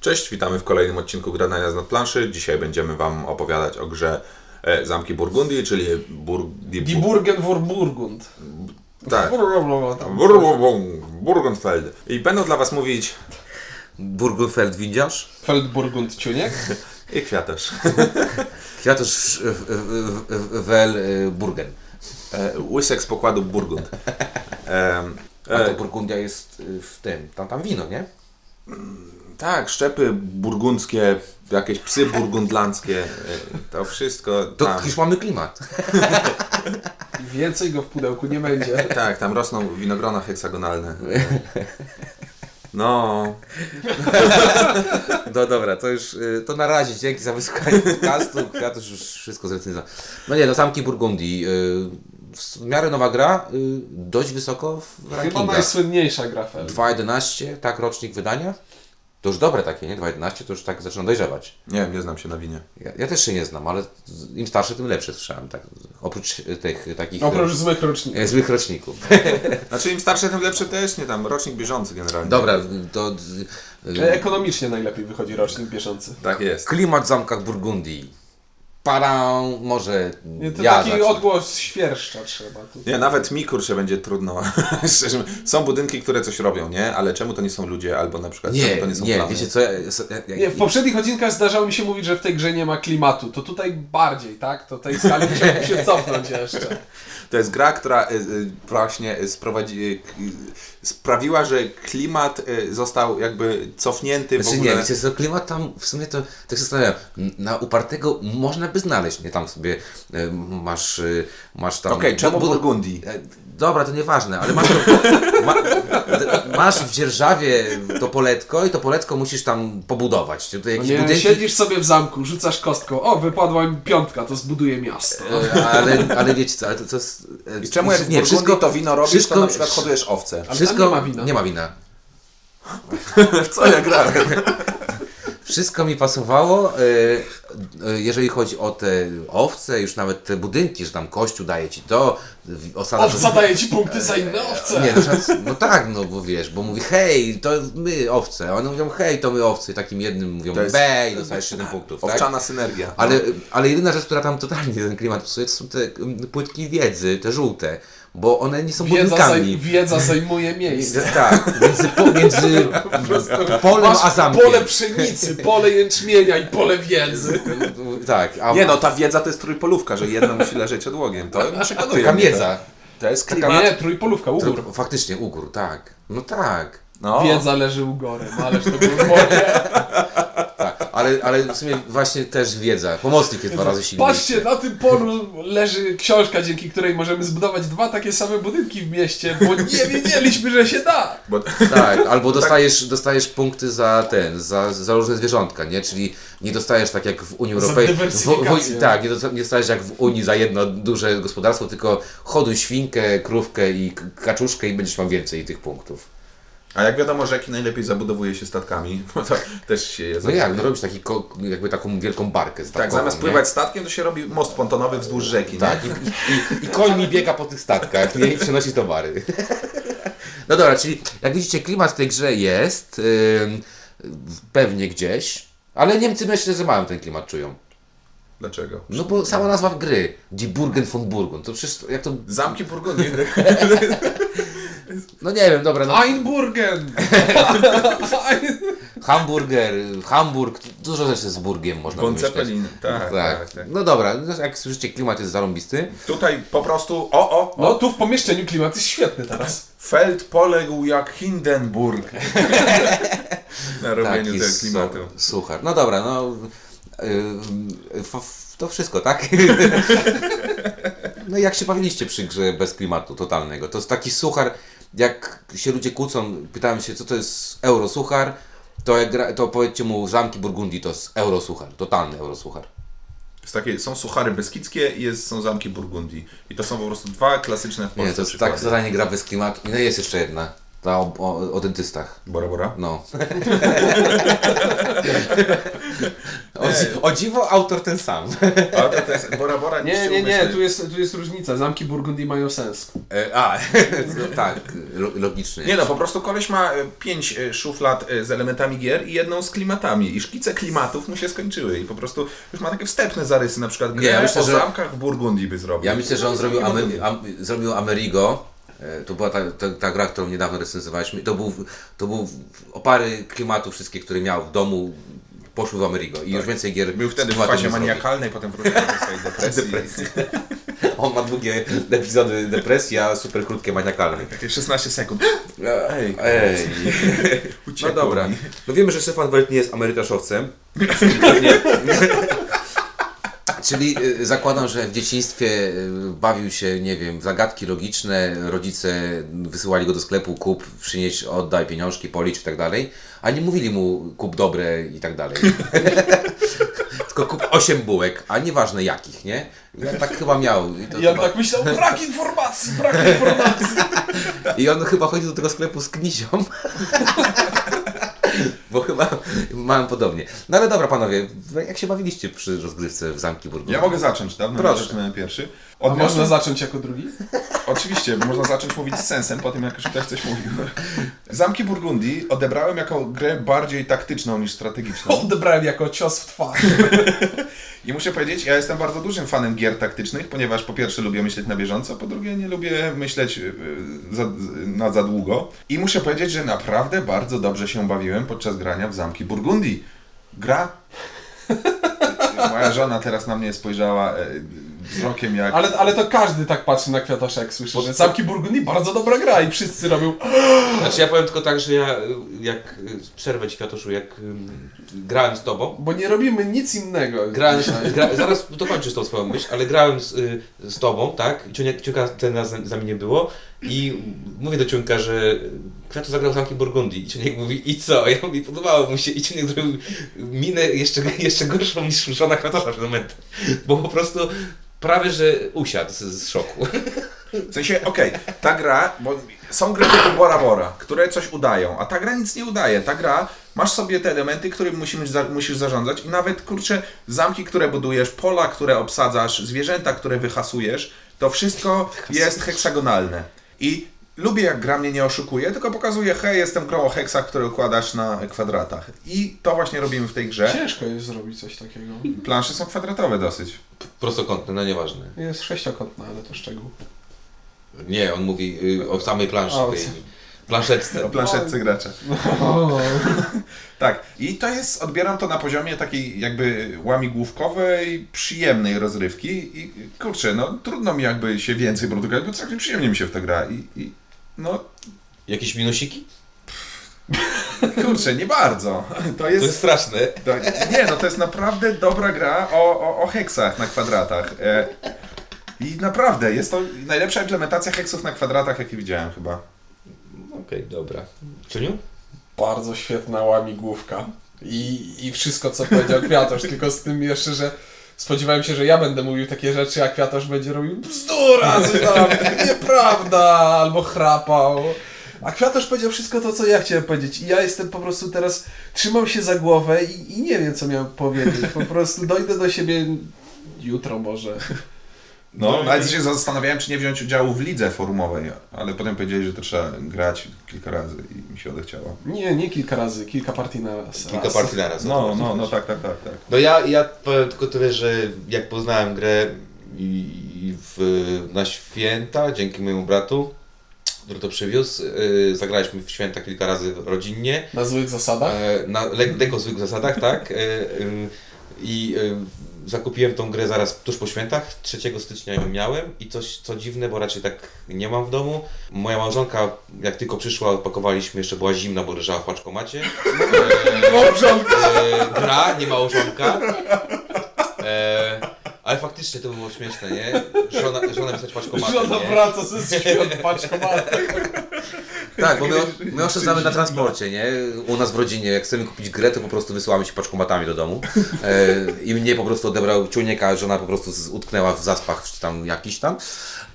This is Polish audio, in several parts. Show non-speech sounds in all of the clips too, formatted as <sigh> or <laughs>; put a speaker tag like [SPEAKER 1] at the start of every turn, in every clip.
[SPEAKER 1] Cześć, witamy w kolejnym odcinku Gradania z nadplanszy. Dzisiaj będziemy Wam opowiadać o grze e, Zamki Burgundii, czyli Burgundii...
[SPEAKER 2] Die Burgen vor Burgund.
[SPEAKER 1] tak.
[SPEAKER 2] Blablabla tam.
[SPEAKER 1] Burgund- Burgundfeld. I będą dla Was mówić
[SPEAKER 3] Burgunfeld widzisz?
[SPEAKER 2] Feldburgund
[SPEAKER 3] <laughs>
[SPEAKER 2] Ciuniek?
[SPEAKER 1] i kwiaterz.
[SPEAKER 3] Kwiatusz wel y, Burgen.
[SPEAKER 1] E, Łysek z pokładu Burgund. Em,
[SPEAKER 3] A to Burgundia jest y, w tym, tam tam wino, nie?
[SPEAKER 1] tak, szczepy burgundzkie, jakieś psy burgundlandzkie, e, to wszystko
[SPEAKER 3] To
[SPEAKER 1] tam...
[SPEAKER 3] już mamy klimat.
[SPEAKER 2] Więcej go w pudełku nie będzie.
[SPEAKER 1] Tak, tam rosną winogrona heksagonalne. No,
[SPEAKER 3] <laughs> No dobra, to już, y, to na razie, dzięki za wysłuchanie podcastu, Kwiatusz już wszystko zrecenzował. No nie, no Samki Burgundii, y, w miarę nowa gra, y, dość wysoko w
[SPEAKER 2] Chyba
[SPEAKER 3] rankingach.
[SPEAKER 2] najsłynniejsza gra Feld.
[SPEAKER 3] 2.11, tak rocznik wydania? To już dobre takie, nie? 2.11 to już tak zaczyna dojrzewać.
[SPEAKER 1] nie wiem, nie znam się na winie.
[SPEAKER 3] Ja, ja też się nie znam, ale z- im starszy, tym lepsze słyszałem. Tak. Oprócz y, tych y, takich... y,
[SPEAKER 2] Oprócz złych roczników.
[SPEAKER 3] E, Złych roczników. <laughs>
[SPEAKER 1] Znaczy im starsze, tym lepsze też, nie tam, rocznik bieżący generalnie.
[SPEAKER 3] Dobra, to
[SPEAKER 2] E,
[SPEAKER 3] e,
[SPEAKER 2] Ekonomicznie najlepiej wychodzi rocznik bieżący.
[SPEAKER 1] Tak jest.
[SPEAKER 3] klimat w zamkach Burgundii. Para, może
[SPEAKER 2] Nie, to
[SPEAKER 3] ja
[SPEAKER 2] taki
[SPEAKER 3] zacznę.
[SPEAKER 2] odgłos świerszcza trzeba. Tu.
[SPEAKER 1] Nie, nawet mi kurczę będzie trudno. <laughs> Szczerze, mówiąc. są budynki, które coś robią, nie? Ale czemu to nie są ludzie, albo na przykład
[SPEAKER 3] Nie,
[SPEAKER 1] czemu to nie są
[SPEAKER 3] nie,
[SPEAKER 1] plamy?
[SPEAKER 3] wiecie co, ja, ja, ja,
[SPEAKER 2] Nie, w poprzednich odcinkach zdarzało mi się mówić, że w tej grze nie ma klimatu. To tutaj bardziej, tak? To tej sali musiałbym
[SPEAKER 3] <laughs>
[SPEAKER 2] się cofnąć jeszcze.
[SPEAKER 1] To jest gra, która y, y, właśnie y, sprowadzi, y, k- y, sprawiła, że klimat y, został jakby cofnięty w
[SPEAKER 3] Znaczy
[SPEAKER 1] ogóle.
[SPEAKER 3] nie, wiecie co, klimat tam w sumie to, tak się zastanawiam, n- na upartego można by znaleźć, nie, tam sobie e, masz, e, masz tam...
[SPEAKER 1] Okej, czemu
[SPEAKER 3] bu- bu-
[SPEAKER 1] Burgundii?
[SPEAKER 3] E, Dobra, to nieważne, ale masz, <laughs> ma, d- masz w dzierżawie to poletko i to poletko musisz tam pobudować. Tutaj jakieś
[SPEAKER 2] No Nie,
[SPEAKER 3] budynki,
[SPEAKER 2] siedzisz sobie w zamku, rzucasz kostką. O, wypadła mi piątka, to zbuduję miasto.
[SPEAKER 3] E, ale, ale wiecie co, ale to, to jest... e,
[SPEAKER 1] I czemu jak w Burgundii wszystko, to wino robisz,
[SPEAKER 3] wszystko-
[SPEAKER 1] to na przykład hodujesz owce.
[SPEAKER 2] tam
[SPEAKER 3] Wszystko,
[SPEAKER 2] nie ma wina.
[SPEAKER 3] Nie ma wina.
[SPEAKER 1] <laughs> W co ja grałem?
[SPEAKER 3] <laughs> Wszystko mi pasowało, e, e, jeżeli chodzi o te owce, już nawet te budynki, że tam kościół daje ci to, w- osada...
[SPEAKER 2] Owca daje ci punkty za inne owce.
[SPEAKER 3] Nie, no, szac- no tak, no bo wiesz, bo mówi hej, to my owce, a one mówią hej, to my owce, i takim jednym mówią
[SPEAKER 1] To jest-
[SPEAKER 3] B i dostajesz 7 punktów, tak?
[SPEAKER 1] Owczana synergia.
[SPEAKER 3] Ale, ale jedyna rzecz, która tam totalnie ten klimat psuje, to są te mm, płytki wiedzy, te żółte, bo one nie są
[SPEAKER 2] Wiedza,
[SPEAKER 3] budynkami.
[SPEAKER 2] zaj- wiedza zajmuje miejsce.
[SPEAKER 3] Tak, między, pomiędzy polem a
[SPEAKER 2] Masz <laughs>
[SPEAKER 3] zamkiem.
[SPEAKER 2] Pole pszenicy, pole jęczmienia i pole wiedzy.
[SPEAKER 3] Tak, a
[SPEAKER 1] Nie no, ta wiedza to jest trójpolówka, że jedno musi leżeć odłogiem. To przekonuje
[SPEAKER 3] taka
[SPEAKER 1] mnie
[SPEAKER 3] wiedza.
[SPEAKER 1] To, to jest klimat.
[SPEAKER 2] Nie, trójpolówka, ugór.
[SPEAKER 3] To, faktycznie, ugór, tak. No tak,
[SPEAKER 1] No.
[SPEAKER 2] Wiedza leży u góry, no ależ to było moje. <laughs>
[SPEAKER 3] tak. Ale, ale w sumie właśnie też wiedza. Pomocnik jest dwa razy silniejszy.
[SPEAKER 2] Patrzcie, na tym polu leży książka, dzięki której możemy zbudować dwa takie same budynki w mieście, bo <laughs> nie wiedzieliśmy, że się da.
[SPEAKER 1] Bo, <laughs>
[SPEAKER 3] Tak, albo dostajesz, dostajesz punkty za ten, za, za różne zwierzątka, nie? Czyli nie dostajesz tak jak w Unii
[SPEAKER 2] Za
[SPEAKER 3] Europejskiej.
[SPEAKER 2] dywersyfikację.
[SPEAKER 3] tak, nie, dosta, nie dostajesz jak w Unii za jedno duże gospodarstwo, tylko hoduj świnkę, krówkę i k- kaczuszkę i będziesz miał więcej tych punktów.
[SPEAKER 1] a jak wiadomo, rzeki najlepiej zabudowuje się statkami, <laughs> bo to też się je
[SPEAKER 3] No jak, no robisz taki, ko- jakby taką wielką barkę. Z
[SPEAKER 1] Tak,
[SPEAKER 3] taką,
[SPEAKER 1] zamiast
[SPEAKER 3] nie?
[SPEAKER 1] pływać statkiem, to się robi most pontonowy wzdłuż rzeki,
[SPEAKER 3] Tak,
[SPEAKER 1] nie?
[SPEAKER 3] i, i, i koń mi biega po tych statkach nie? i przenosi towary. No dobra, czyli jak widzicie, klimat w tej grze jest ym, pewnie gdzieś, ale Niemcy myślę, że mają ten klimat, czują.
[SPEAKER 1] Dlaczego?
[SPEAKER 3] No bo sama nazwa w gry, Die Burgen von Burgund, to przecież jak to,
[SPEAKER 1] Zamki Burgundii.
[SPEAKER 3] <laughs>
[SPEAKER 1] <laughs>
[SPEAKER 3] no nie wiem, dobra, no,
[SPEAKER 2] <laughs> Einburgen! Ein...
[SPEAKER 3] hamburger, Hamburg, dużo rzeczy z burgiem można
[SPEAKER 1] Von
[SPEAKER 3] wymyślać.
[SPEAKER 1] Zeppelin. Tak, tak, tak.
[SPEAKER 3] No dobra, no jak słyszycie, klimat jest zarąbisty.
[SPEAKER 1] Tutaj po prostu, o, o,
[SPEAKER 2] No
[SPEAKER 1] o,
[SPEAKER 2] tu w pomieszczeniu klimat jest świetny teraz.
[SPEAKER 1] Feld poległ jak Hindenburg. <laughs> Na robieniu
[SPEAKER 3] Taki
[SPEAKER 1] tego klimatu.
[SPEAKER 3] su- Tak, Suchar. No dobra, no. y, f- f- to wszystko, tak? no i jak się bawiliście przy grze bez klimatu totalnego? To jest taki suchar, jak się ludzie kłócą, pytałem się, co to jest eurosuchar, to, jak gra, to powiedzcie mu, zamki Burgundii to jest eurosuchar, totalny eurosuchar.
[SPEAKER 1] Jest takie, są suchary beskidzkie i jest, są zamki Burgundii. I to są po prostu dwa klasyczne w Polsce
[SPEAKER 3] Nie, to jest
[SPEAKER 1] przykłady.
[SPEAKER 3] tak zadanie gra bez klimatu. I no jest jeszcze jedna, ta o, o, no. o dentystach.
[SPEAKER 1] Bora, bora.
[SPEAKER 3] No. o, O dziwo, autor ten sam.
[SPEAKER 1] A to to jest Bora Bora
[SPEAKER 2] Nie,
[SPEAKER 1] niszczył
[SPEAKER 2] nie, nie,
[SPEAKER 1] myśli.
[SPEAKER 2] tu jest, tu jest różnica. Zamki Burgundii mają sens.
[SPEAKER 1] E, A,
[SPEAKER 3] <laughs> No tak, lo- logicznie.
[SPEAKER 1] nie no, po prostu koleś ma e, pięć e, szuflad e, z elementami gier i jedną z klimatami. I szkice klimatów mu się skończyły. I po prostu już ma takie wstępne zarysy, na przykład grę
[SPEAKER 3] Nie, ja myślę,
[SPEAKER 1] o
[SPEAKER 3] że-
[SPEAKER 1] zamkach w Burgundii by zrobił.
[SPEAKER 3] Ja myślę, że on zrobił,
[SPEAKER 1] Amer...
[SPEAKER 3] Amer- am- zrobił Amerigo. E, To była ta, ta, ta gra, którą niedawno recenzowaliśmy. To był, to był opary klimatu wszystkie, które miał w domu, poszły w Amerigo. I już więcej gier
[SPEAKER 1] Tak. Był wtedy
[SPEAKER 3] z
[SPEAKER 1] w
[SPEAKER 3] klimatem
[SPEAKER 1] fazie
[SPEAKER 3] nie zrobił.
[SPEAKER 1] maniakalnej, potem wrócił do swojej depresji.
[SPEAKER 3] On ma długie <laughs> epizody depresji, a super krótkie maniakalne.
[SPEAKER 1] <laughs> Takie 16 sekund.
[SPEAKER 3] Ej, Ej. No
[SPEAKER 1] Uciekło
[SPEAKER 3] dobra.
[SPEAKER 1] mi.
[SPEAKER 3] No wiemy, że Stefan Welt nie jest emerytaszowcem. Czyli pewnie- <laughs> Czyli y, zakładam, że w dzieciństwie y, bawił się, nie wiem, w zagadki logiczne, rodzice wysyłali go do sklepu, kup, przynieś, oddaj pieniążki, policz i tak dalej, a nie mówili mu kup dobre i tak dalej. <laughs> Tylko kup 8 bułek, a nieważne jakich, nie? Ja tak chyba miał. I, to
[SPEAKER 2] I on
[SPEAKER 3] chyba-
[SPEAKER 2] tak myślał, brak informacji, <laughs> brak informacji.
[SPEAKER 3] I on chyba chodzi do tego sklepu z knisią. <laughs> Bo chyba mam podobnie. No ale dobra panowie, jak się bawiliście przy rozgrywce w Zamki Burgundy?
[SPEAKER 1] Ja mogę zacząć, dawno
[SPEAKER 3] Proszę.
[SPEAKER 1] zaczynałem pierwszy.
[SPEAKER 2] A można
[SPEAKER 1] Odniosłem-
[SPEAKER 2] zacząć jako drugi?
[SPEAKER 1] <laughs> Oczywiście, bo można zacząć mówić z sensem po tym, jak już ktoś coś
[SPEAKER 3] <laughs>
[SPEAKER 1] mówił. Zamki Burgundii odebrałem jako grę bardziej taktyczną niż strategiczną.
[SPEAKER 2] <laughs> Odebrałem jako cios w twarz.
[SPEAKER 1] I muszę powiedzieć, ja jestem bardzo dużym fanem gier taktycznych, ponieważ po pierwsze lubię myśleć na bieżąco, po drugie nie lubię myśleć yy, za, z- na za długo. I muszę powiedzieć, że naprawdę bardzo dobrze się bawiłem podczas grania w Zamki Burgundii. Gra... <laughs> Moja żona teraz na mnie spojrzała yy, wzrokiem jak...
[SPEAKER 2] Ale, ale to każdy tak patrzy na kwiatoszek, słyszy, że Zamki Burgundii bardzo dobra gra i wszyscy robią
[SPEAKER 4] Znaczy ja powiem tylko tak, że ja y, jak y, przerwę ci Kwiatuszu, jak y, grałem z tobą,
[SPEAKER 2] Bo nie robimy nic innego.
[SPEAKER 4] grałem, gra, zaraz dokończysz tą swoją myśl, ale grałem z, y, z tobą, tak, i Ciunia- Ciunka ten raz z nami nie było i mówię do Ciunka, że Kwiatu zagrał zamki Burgundii i Ciuniek mówi i co, ja mi podobało mu się i Ciuniek zrobił minę jeszcze, jeszcze gorszą niż żona Kwiatosza w tym momencie, bo po prostu prawie, że usiadł z, z szoku.
[SPEAKER 1] W sensie, okej, ta gra, bo są gry typu Bora Bora, które coś udają, a ta gra nic nie udaje. Ta gra, masz sobie te elementy, którymi musimy, za, musisz zarządzać i nawet, kurczę, zamki, które budujesz, pola, które obsadzasz, zwierzęta, które wyhasujesz, to wszystko jest heksagonalne. I lubię, jak gra mnie nie oszukuje, tylko pokazuje, hej, jestem grą o heksach, które układasz na kwadratach. I to właśnie robimy w tej grze.
[SPEAKER 2] Ciężko jest zrobić coś takiego.
[SPEAKER 1] Plansze są kwadratowe dosyć.
[SPEAKER 3] Prostokątny, no nieważne.
[SPEAKER 2] Jest sześciokątna, ale to szczegół.
[SPEAKER 3] Nie, on mówi y, o samej planszy,
[SPEAKER 2] A, o
[SPEAKER 3] tej
[SPEAKER 2] sam-
[SPEAKER 1] O
[SPEAKER 3] planszetce.
[SPEAKER 1] planszetce gracza. Tak, i to jest, odbieram to na poziomie takiej jakby łamigłówkowej, przyjemnej rozrywki i kurczę, no trudno mi jakby się więcej produkować, bo całkiem przyjemnie mi się w to gra i, i no
[SPEAKER 4] Jakieś minusiki?
[SPEAKER 1] kurczę, nie bardzo. <laughs> To
[SPEAKER 4] To
[SPEAKER 1] jest,
[SPEAKER 4] jest straszne.
[SPEAKER 1] to, nie no, to jest naprawdę dobra gra o, o, o heksach na kwadratach. E, I naprawdę, jest to najlepsza implementacja heksów na kwadratach, jakie widziałem chyba.
[SPEAKER 4] Okej, dobra. Ciuniu?
[SPEAKER 2] Bardzo świetna łamigłówka. I, I wszystko, co
[SPEAKER 3] <laughs>
[SPEAKER 2] powiedział Kwiatosz, tylko z tym jeszcze, że spodziewałem się, że ja będę mówił takie rzeczy, a Kwiatosz będzie robił bzdura, coś tam,
[SPEAKER 3] <laughs>
[SPEAKER 2] nieprawda, albo chrapał. A Kwiatosz powiedział wszystko to, co ja chciałem powiedzieć. I ja jestem po prostu teraz, trzymam się za głowę i, i nie wiem, co miałem powiedzieć. Po prostu dojdę do siebie jutro może.
[SPEAKER 1] No, nawet się zastanawiałem, czy nie wziąć udziału w lidze forumowej, ale potem powiedzieli, że to trzeba grać kilka razy i mi się odechciało.
[SPEAKER 2] Nie, nie kilka razy, kilka partii na raz.
[SPEAKER 3] Kilka partii na raz.
[SPEAKER 1] No, no, no, tak, tak, tak, tak. <laughs>
[SPEAKER 4] No ja, ja powiem tylko tyle, że jak poznałem grę i, i w, na święta, dzięki mojemu bratu, który to przywiózł, yy, zagraliśmy w święta kilka razy rodzinnie,
[SPEAKER 2] Na złych zasadach?
[SPEAKER 4] e, na le- lekko zwykłych zasadach, tak? E, ym, I ym, zakupiłem tą grę zaraz tuż po świętach, 3 stycznia ją miałem i coś co dziwne, bo raczej tak nie mam w domu. Moja małżonka, jak tylko przyszła, pakowaliśmy, jeszcze była zimna, bo leżała w paczkomacie.
[SPEAKER 2] <laughs> Małżonka!
[SPEAKER 4] E, gra, nie małżonka. E, ale faktycznie to było śmieszne, nie? Żona, żona pisać paczkomaty,
[SPEAKER 2] Żona
[SPEAKER 4] nie?
[SPEAKER 2] wraca ze świąt paczkomaty.
[SPEAKER 3] Tak, bo my, my oszczędzamy na transporcie, nie? U nas w rodzinie, jak chcemy kupić grę, to po prostu wysyłamy się paczkomatami do domu. E, I mnie po prostu odebrał ciuniek, a żona po prostu z- utknęła w zaspach czy tam jakiś tam.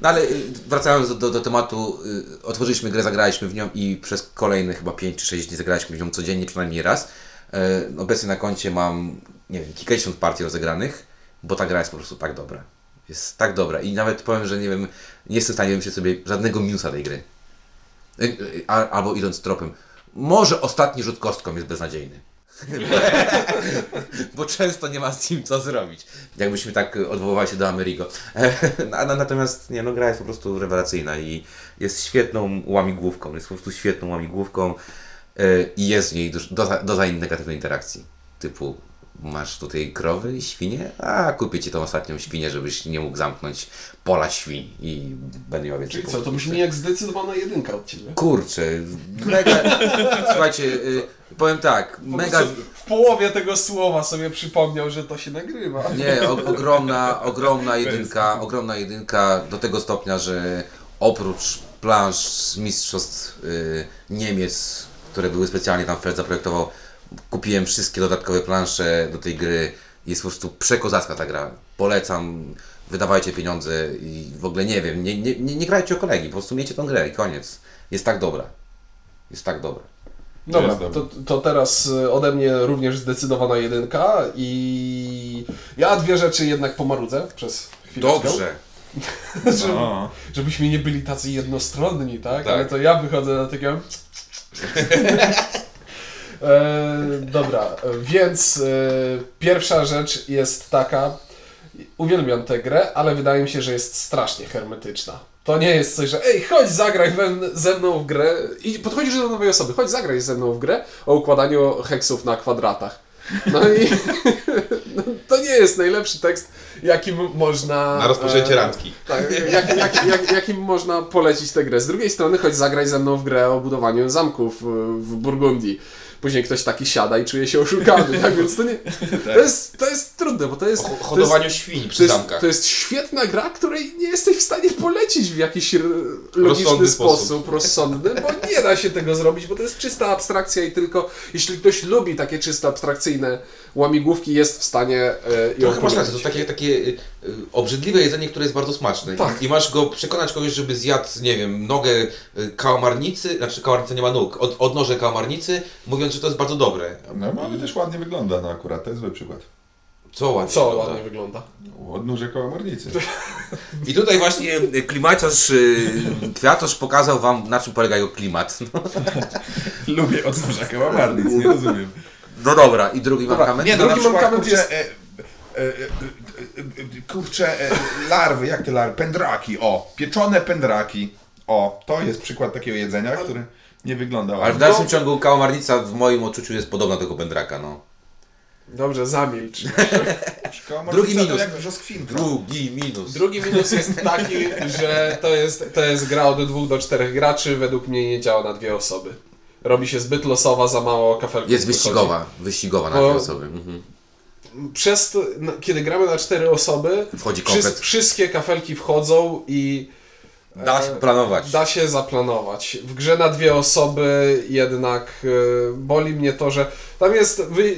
[SPEAKER 3] No ale y, wracając do, do, do tematu, y, otworzyliśmy grę, zagraliśmy w nią i przez kolejne chyba 5 czy 6 dni zagraliśmy w nią codziennie przynajmniej raz. E, Obecnie na koncie mam nie wiem, kilkadziesiąt partii rozegranych, bo ta gra jest po prostu tak dobra. Jest tak dobra i nawet powiem, że nie wiem, nie jestem w stanie wymyślić sobie żadnego minusa tej gry. Y, y, a- Albo idąc tropem, może ostatni rzut kostką jest beznadziejny. <laughs> Bo często nie ma z nim co zrobić. Jakbyśmy tak y, odwoływali się do <laughs> Amerigo. Na- na- Natomiast nie, no gra jest po prostu rewelacyjna i jest świetną łamigłówką. Jest po prostu świetną łamigłówką y, i jest w niej duż- doza, doza negatywnej interakcji. Typu masz tutaj krowy i świnie, a kupię ci tą ostatnią świnię, żebyś nie mógł zamknąć pola świń i będę miał więcej
[SPEAKER 2] Czyli co, to
[SPEAKER 3] punktów.
[SPEAKER 2] brzmi jak zdecydowana jedynka od ciebie.
[SPEAKER 3] Kurczę, mega. Słuchajcie, y, powiem tak,
[SPEAKER 2] Po
[SPEAKER 3] mega.
[SPEAKER 2] prostu W połowie tego słowa sobie przypomniał, że to się nagrywa.
[SPEAKER 3] Nie, o, ogromna, ogromna jedynka, ogromna jedynka do tego stopnia, że oprócz planż z mistrzostw y, Niemiec, które były specjalnie tam Feld zaprojektował, kupiłem wszystkie dodatkowe plansze do tej gry. Jest po prostu przekozacka ta gra. Polecam, wydawajcie pieniądze i w ogóle nie wiem, nie, nie, nie, nie grajcie o kolegi, po prostu miejcie tą grę i koniec. Jest tak dobra. Jest tak dobra.
[SPEAKER 2] Dobra,
[SPEAKER 1] Jest dobra.
[SPEAKER 2] to, to teraz y, ode mnie również zdecydowana jedynka i ja dwie rzeczy jednak pomarudzę przez chwilę.
[SPEAKER 3] Dobrze.
[SPEAKER 2] Żeby,
[SPEAKER 1] O.
[SPEAKER 2] żebyśmy nie byli tacy jednostronni, tak?
[SPEAKER 4] Tak.
[SPEAKER 2] Ale to ja wychodzę na takiego... <laughs> e, dobra, więc e, pierwsza rzecz jest taka, uwielbiam tę grę, ale wydaje mi się, że jest strasznie hermetyczna. To nie jest coś, że ej, chodź zagraj we, ze mną w grę i podchodzisz do nowej osoby, chodź zagraj ze mną w grę o układaniu heksów na kwadratach. No i <laughs> no, to nie jest najlepszy tekst, jakim można...
[SPEAKER 4] Na rozpoczęcie
[SPEAKER 2] e,
[SPEAKER 4] randki.
[SPEAKER 2] tak, jak, jak, jak, jakim można polecić tę grę? Z drugiej strony, choć zagraj ze mną w grę o budowaniu zamków y, w Burgundii. Później ktoś taki siada i czuje się oszukany, tak więc to
[SPEAKER 4] <laughs>
[SPEAKER 2] nie. To jest, to jest trudne, bo to
[SPEAKER 4] O
[SPEAKER 2] jest. to jest
[SPEAKER 4] hodowaniu świń
[SPEAKER 2] to
[SPEAKER 4] przy
[SPEAKER 2] jest,
[SPEAKER 4] zamkach.
[SPEAKER 2] to jest świetna gra, której nie jesteś w stanie polecić w jakiś r- logiczny
[SPEAKER 4] Rozsądny
[SPEAKER 2] sposób,
[SPEAKER 4] sposób.
[SPEAKER 2] rozsądny, bo nie da się tego zrobić, bo to jest czysta abstrakcja i tylko jeśli ktoś lubi takie czysto abstrakcyjne łamigłówki, jest w stanie e, ją
[SPEAKER 4] Trochę masz rację, to
[SPEAKER 2] polecić.
[SPEAKER 4] takie, takie y, y, obrzydliwe jedzenie, które jest bardzo smaczne.
[SPEAKER 2] Tak.
[SPEAKER 4] I masz go przekonać kogoś, żeby zjadł, nie wiem, nogę y, kałamarnicy, znaczy kałamarnica nie ma nóg, od, odnoże kałamarnicy, mówiąc, że to jest bardzo dobre.
[SPEAKER 1] No, ale też ładnie wygląda, no akurat, to jest zły przykład.
[SPEAKER 4] Co ładnie.
[SPEAKER 2] Co
[SPEAKER 4] wygląda.
[SPEAKER 2] ładnie wygląda.
[SPEAKER 1] Odnóże kołamornicy.
[SPEAKER 4] I tutaj właśnie
[SPEAKER 3] Właśnie y, klimaciarz, y, kwiatarz pokazał wam, na czym polega jego klimat. No,
[SPEAKER 1] <laughs> Lubię odnóża kołamornic, nie <laughs> rozumiem.
[SPEAKER 3] no dobra, i drugi
[SPEAKER 2] Dobra,
[SPEAKER 3] mankament?
[SPEAKER 1] Nie, no
[SPEAKER 2] Drugi
[SPEAKER 1] na przykład,
[SPEAKER 2] mankament
[SPEAKER 1] kurczę,
[SPEAKER 2] jest-
[SPEAKER 1] e, e, e, e, kurczę, e, larwy, jak te larwy, pędraki, o, pieczone pędraki, o, to jest przykład takiego jedzenia, który nie No, wygląda
[SPEAKER 3] Ale w
[SPEAKER 1] ładnie.
[SPEAKER 2] No.
[SPEAKER 3] dalszym ciągu kałamarnica w moim odczuciu jest podobna do tego pędraka, no.
[SPEAKER 2] Dobrze, zamilcz.
[SPEAKER 1] Kołamornica
[SPEAKER 3] drugi minus.
[SPEAKER 1] To jak brzoskwinka.
[SPEAKER 3] Drugi minus.
[SPEAKER 2] Drugi minus jest taki, że to jest, to jest gra od dwóch do czterech graczy, według mnie nie działa na dwie osoby. Robi się zbyt losowa, za mało kafelków.
[SPEAKER 3] Jest
[SPEAKER 2] wychodzi.
[SPEAKER 3] wyścigowa, wyścigowa na
[SPEAKER 2] Bo-
[SPEAKER 3] dwie osoby. Mhm.
[SPEAKER 2] Przez to, no, kiedy gramy na cztery osoby,
[SPEAKER 3] Wchodzi
[SPEAKER 2] wszys-
[SPEAKER 3] komplet.
[SPEAKER 2] wszystkie kafelki wchodzą i
[SPEAKER 3] Da się planować.
[SPEAKER 2] E, da się zaplanować. W grze na dwie osoby jednak e, boli mnie to, że tam jest. Wy...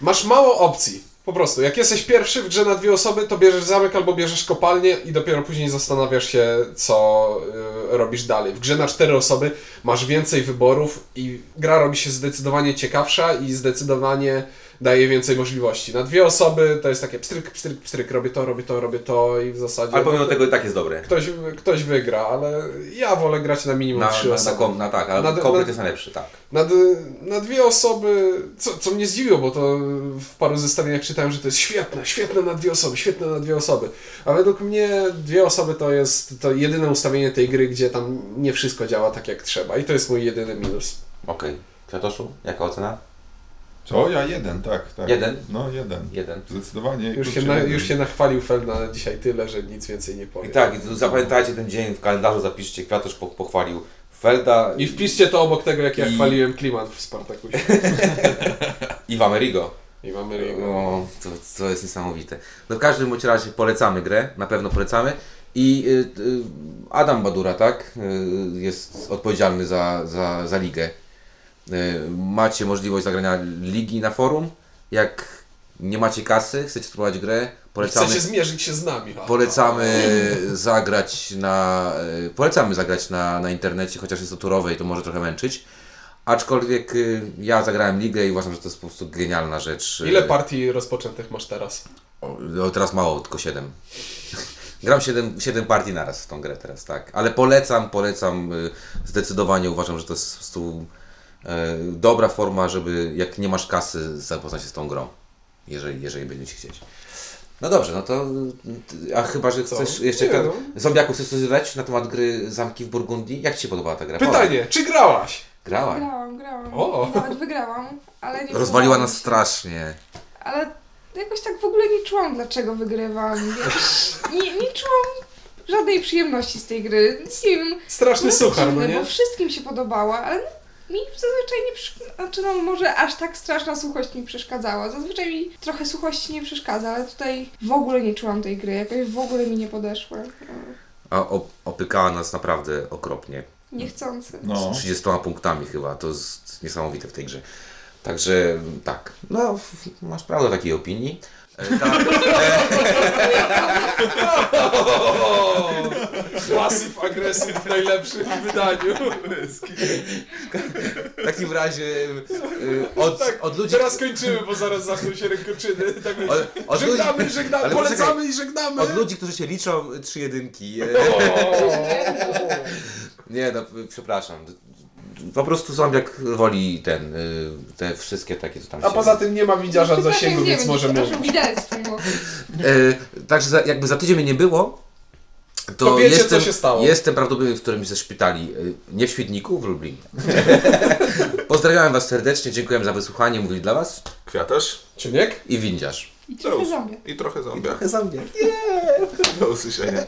[SPEAKER 2] Masz mało opcji. Po prostu, jak jesteś pierwszy w grze na dwie osoby, to bierzesz zamek albo bierzesz kopalnię i dopiero później zastanawiasz się, co e, robisz dalej. W grze na cztery osoby masz więcej wyborów i gra robi się zdecydowanie ciekawsza i zdecydowanie daje więcej możliwości. Na dwie osoby to jest takie pstryk, pstryk, pstryk, robię to, robię to, robię to i w zasadzie...
[SPEAKER 3] Ale pomimo tego i tak jest dobre.
[SPEAKER 2] Ktoś, ktoś wygra, ale ja wolę grać na minimum
[SPEAKER 3] Na,
[SPEAKER 2] trzy
[SPEAKER 3] na, na,
[SPEAKER 2] osoby.
[SPEAKER 3] kom- na tak, ale
[SPEAKER 2] Na- na-
[SPEAKER 3] komplet jest najlepszy, tak.
[SPEAKER 2] Na, d- na dwie osoby, co, co mnie zdziwiło, bo to w paru zestawieniach czytałem, że to jest świetne, świetne na dwie osoby, świetne na dwie osoby. A według mnie dwie osoby to jest to jedyne ustawienie tej gry, gdzie tam nie wszystko działa tak jak trzeba i to jest mój jedyny minus.
[SPEAKER 3] Okej. Kwiatoszu, jaka ocena?
[SPEAKER 1] Co? Ja jeden, tak, tak.
[SPEAKER 3] Jeden?
[SPEAKER 1] No, jeden.
[SPEAKER 3] Jeden.
[SPEAKER 1] Zdecydowanie.
[SPEAKER 2] Już się,
[SPEAKER 1] kurczę,
[SPEAKER 2] na,
[SPEAKER 1] jeden.
[SPEAKER 2] już się nachwalił Felna na dzisiaj tyle, że nic więcej nie
[SPEAKER 3] I
[SPEAKER 2] powiem.
[SPEAKER 3] tak, i zapamiętajcie ten dzień w kalendarzu, zapiszcie, Kwiatosz po- pochwalił Felda
[SPEAKER 2] I wpiszcie to obok tego, jak ja
[SPEAKER 3] I-
[SPEAKER 2] chwaliłem klimat w
[SPEAKER 3] <laughs>
[SPEAKER 2] Spartakusie.
[SPEAKER 3] i w Amerigo.
[SPEAKER 2] I mamy Riego.
[SPEAKER 3] O, to, to jest niesamowite. No w każdym bądź razie polecamy grę, na pewno polecamy. I y, y, Adam Badura, tak, y, jest odpowiedzialny za, za, za ligę. Y, macie możliwość zagrania ligi na forum. Jak nie macie kasy, chcecie spróbować grę, polecamy.
[SPEAKER 2] Chcecie zmierzyć się z nami. a-
[SPEAKER 3] Polecamy zagrać na. y, Polecamy zagrać na, na internecie, chociaż jest to turowe i to może trochę męczyć. Aczkolwiek y, ja zagrałem ligę i uważam, że to jest po prostu genialna rzecz.
[SPEAKER 2] Ile partii rozpoczętych masz teraz?
[SPEAKER 3] O, no teraz mało, tylko 7. <laughs> Gram 7, 7 partii naraz w tą grę teraz, tak. Ale polecam, polecam. y, Zdecydowanie uważam, że to jest po prostu y, dobra forma, żeby jak nie masz kasy, zapoznać się z tą grą. Jeżeli, jeżeli będziecie chcieć. No dobrze, no to. y, A chyba, że
[SPEAKER 2] Co?
[SPEAKER 3] chcesz jeszcze.
[SPEAKER 2] Nie,
[SPEAKER 3] Ka-
[SPEAKER 2] no.
[SPEAKER 3] Zombiaku, chcesz coś dodać na temat gry Zamki w Burgundii? Jak Ci się podobała ta gra? Powiedz.
[SPEAKER 2] Pytanie, czy grałaś?
[SPEAKER 3] Grałaś.
[SPEAKER 5] Grałam, grałam.
[SPEAKER 2] Tak. O!
[SPEAKER 5] Nawet wygrałam, ale nie
[SPEAKER 3] Rozwaliła
[SPEAKER 5] czułam
[SPEAKER 3] nas
[SPEAKER 5] się.
[SPEAKER 3] strasznie.
[SPEAKER 5] Ale jakoś tak w ogóle nie czułam, dlaczego wygrywam,
[SPEAKER 2] <laughs>
[SPEAKER 5] wiesz. Nie, nie czułam żadnej przyjemności z tej gry. Nie wiem.
[SPEAKER 2] Straszny
[SPEAKER 5] było
[SPEAKER 2] suchar, no
[SPEAKER 5] dziwne,
[SPEAKER 2] nie?
[SPEAKER 5] Bo wszystkim się podobała, ale no, mi zazwyczaj nie przeszkadza, znaczy no może aż tak straszna suchość mi przeszkadzała. Zazwyczaj mi trochę suchości nie przeszkadza, ale tutaj w ogóle nie czułam tej gry, jakoś w ogóle mi nie podeszła.
[SPEAKER 3] No. A op- opykała nas naprawdę okropnie.
[SPEAKER 5] Niechcący.
[SPEAKER 1] No.
[SPEAKER 3] z 30 punktami chyba. To jest niesamowite w tej grze. Także m, tak, no f- masz prawo do takiej opinii. E, tak.
[SPEAKER 5] no.
[SPEAKER 2] Pasyw, agresyw w najlepszym
[SPEAKER 5] <laughs>
[SPEAKER 2] wydaniu.
[SPEAKER 3] W takim razie e, od,
[SPEAKER 2] Tak.
[SPEAKER 3] od ludzi...
[SPEAKER 2] Teraz kończymy, bo zaraz zaczną się rękoczyny. Tak więc
[SPEAKER 3] Od, od, ludzi,
[SPEAKER 2] żegnamy, żegnamy,
[SPEAKER 3] Ale
[SPEAKER 2] polecamy
[SPEAKER 3] poczekaj.
[SPEAKER 2] i żegnamy.
[SPEAKER 3] od ludzi, którzy się liczą e, trzy jedynki. E, Nie, no p- przepraszam. Po prostu zombiak woli ten, e, te wszystkie takie, co tam
[SPEAKER 2] A
[SPEAKER 3] się...
[SPEAKER 2] poza tym nie ma widziarza w
[SPEAKER 5] Przepraszam,
[SPEAKER 2] zasięgu,
[SPEAKER 5] nie
[SPEAKER 2] więc
[SPEAKER 5] wiem,
[SPEAKER 2] możemy
[SPEAKER 5] przepraszam,
[SPEAKER 2] mówić.
[SPEAKER 5] Widelec w tym roku.
[SPEAKER 3] E, także za, jakby za tydzień mnie nie było, to,
[SPEAKER 2] To wiecie, co
[SPEAKER 3] jestem,
[SPEAKER 2] się stało.
[SPEAKER 3] jestem prawdopodobnie w którymś ze szpitali. e, Nie w Świdniku, w Lublinie. <laughs> Pozdrawiam Was serdecznie, dziękuję za wysłuchanie. Mówili dla Was
[SPEAKER 1] Kwiatarz
[SPEAKER 2] Czyniek?
[SPEAKER 3] i windziarz.
[SPEAKER 2] No.
[SPEAKER 5] I trochę
[SPEAKER 1] Cóż.
[SPEAKER 5] zombie.
[SPEAKER 1] i trochę zombie.
[SPEAKER 3] Za mnie.
[SPEAKER 1] Do usłyszenia.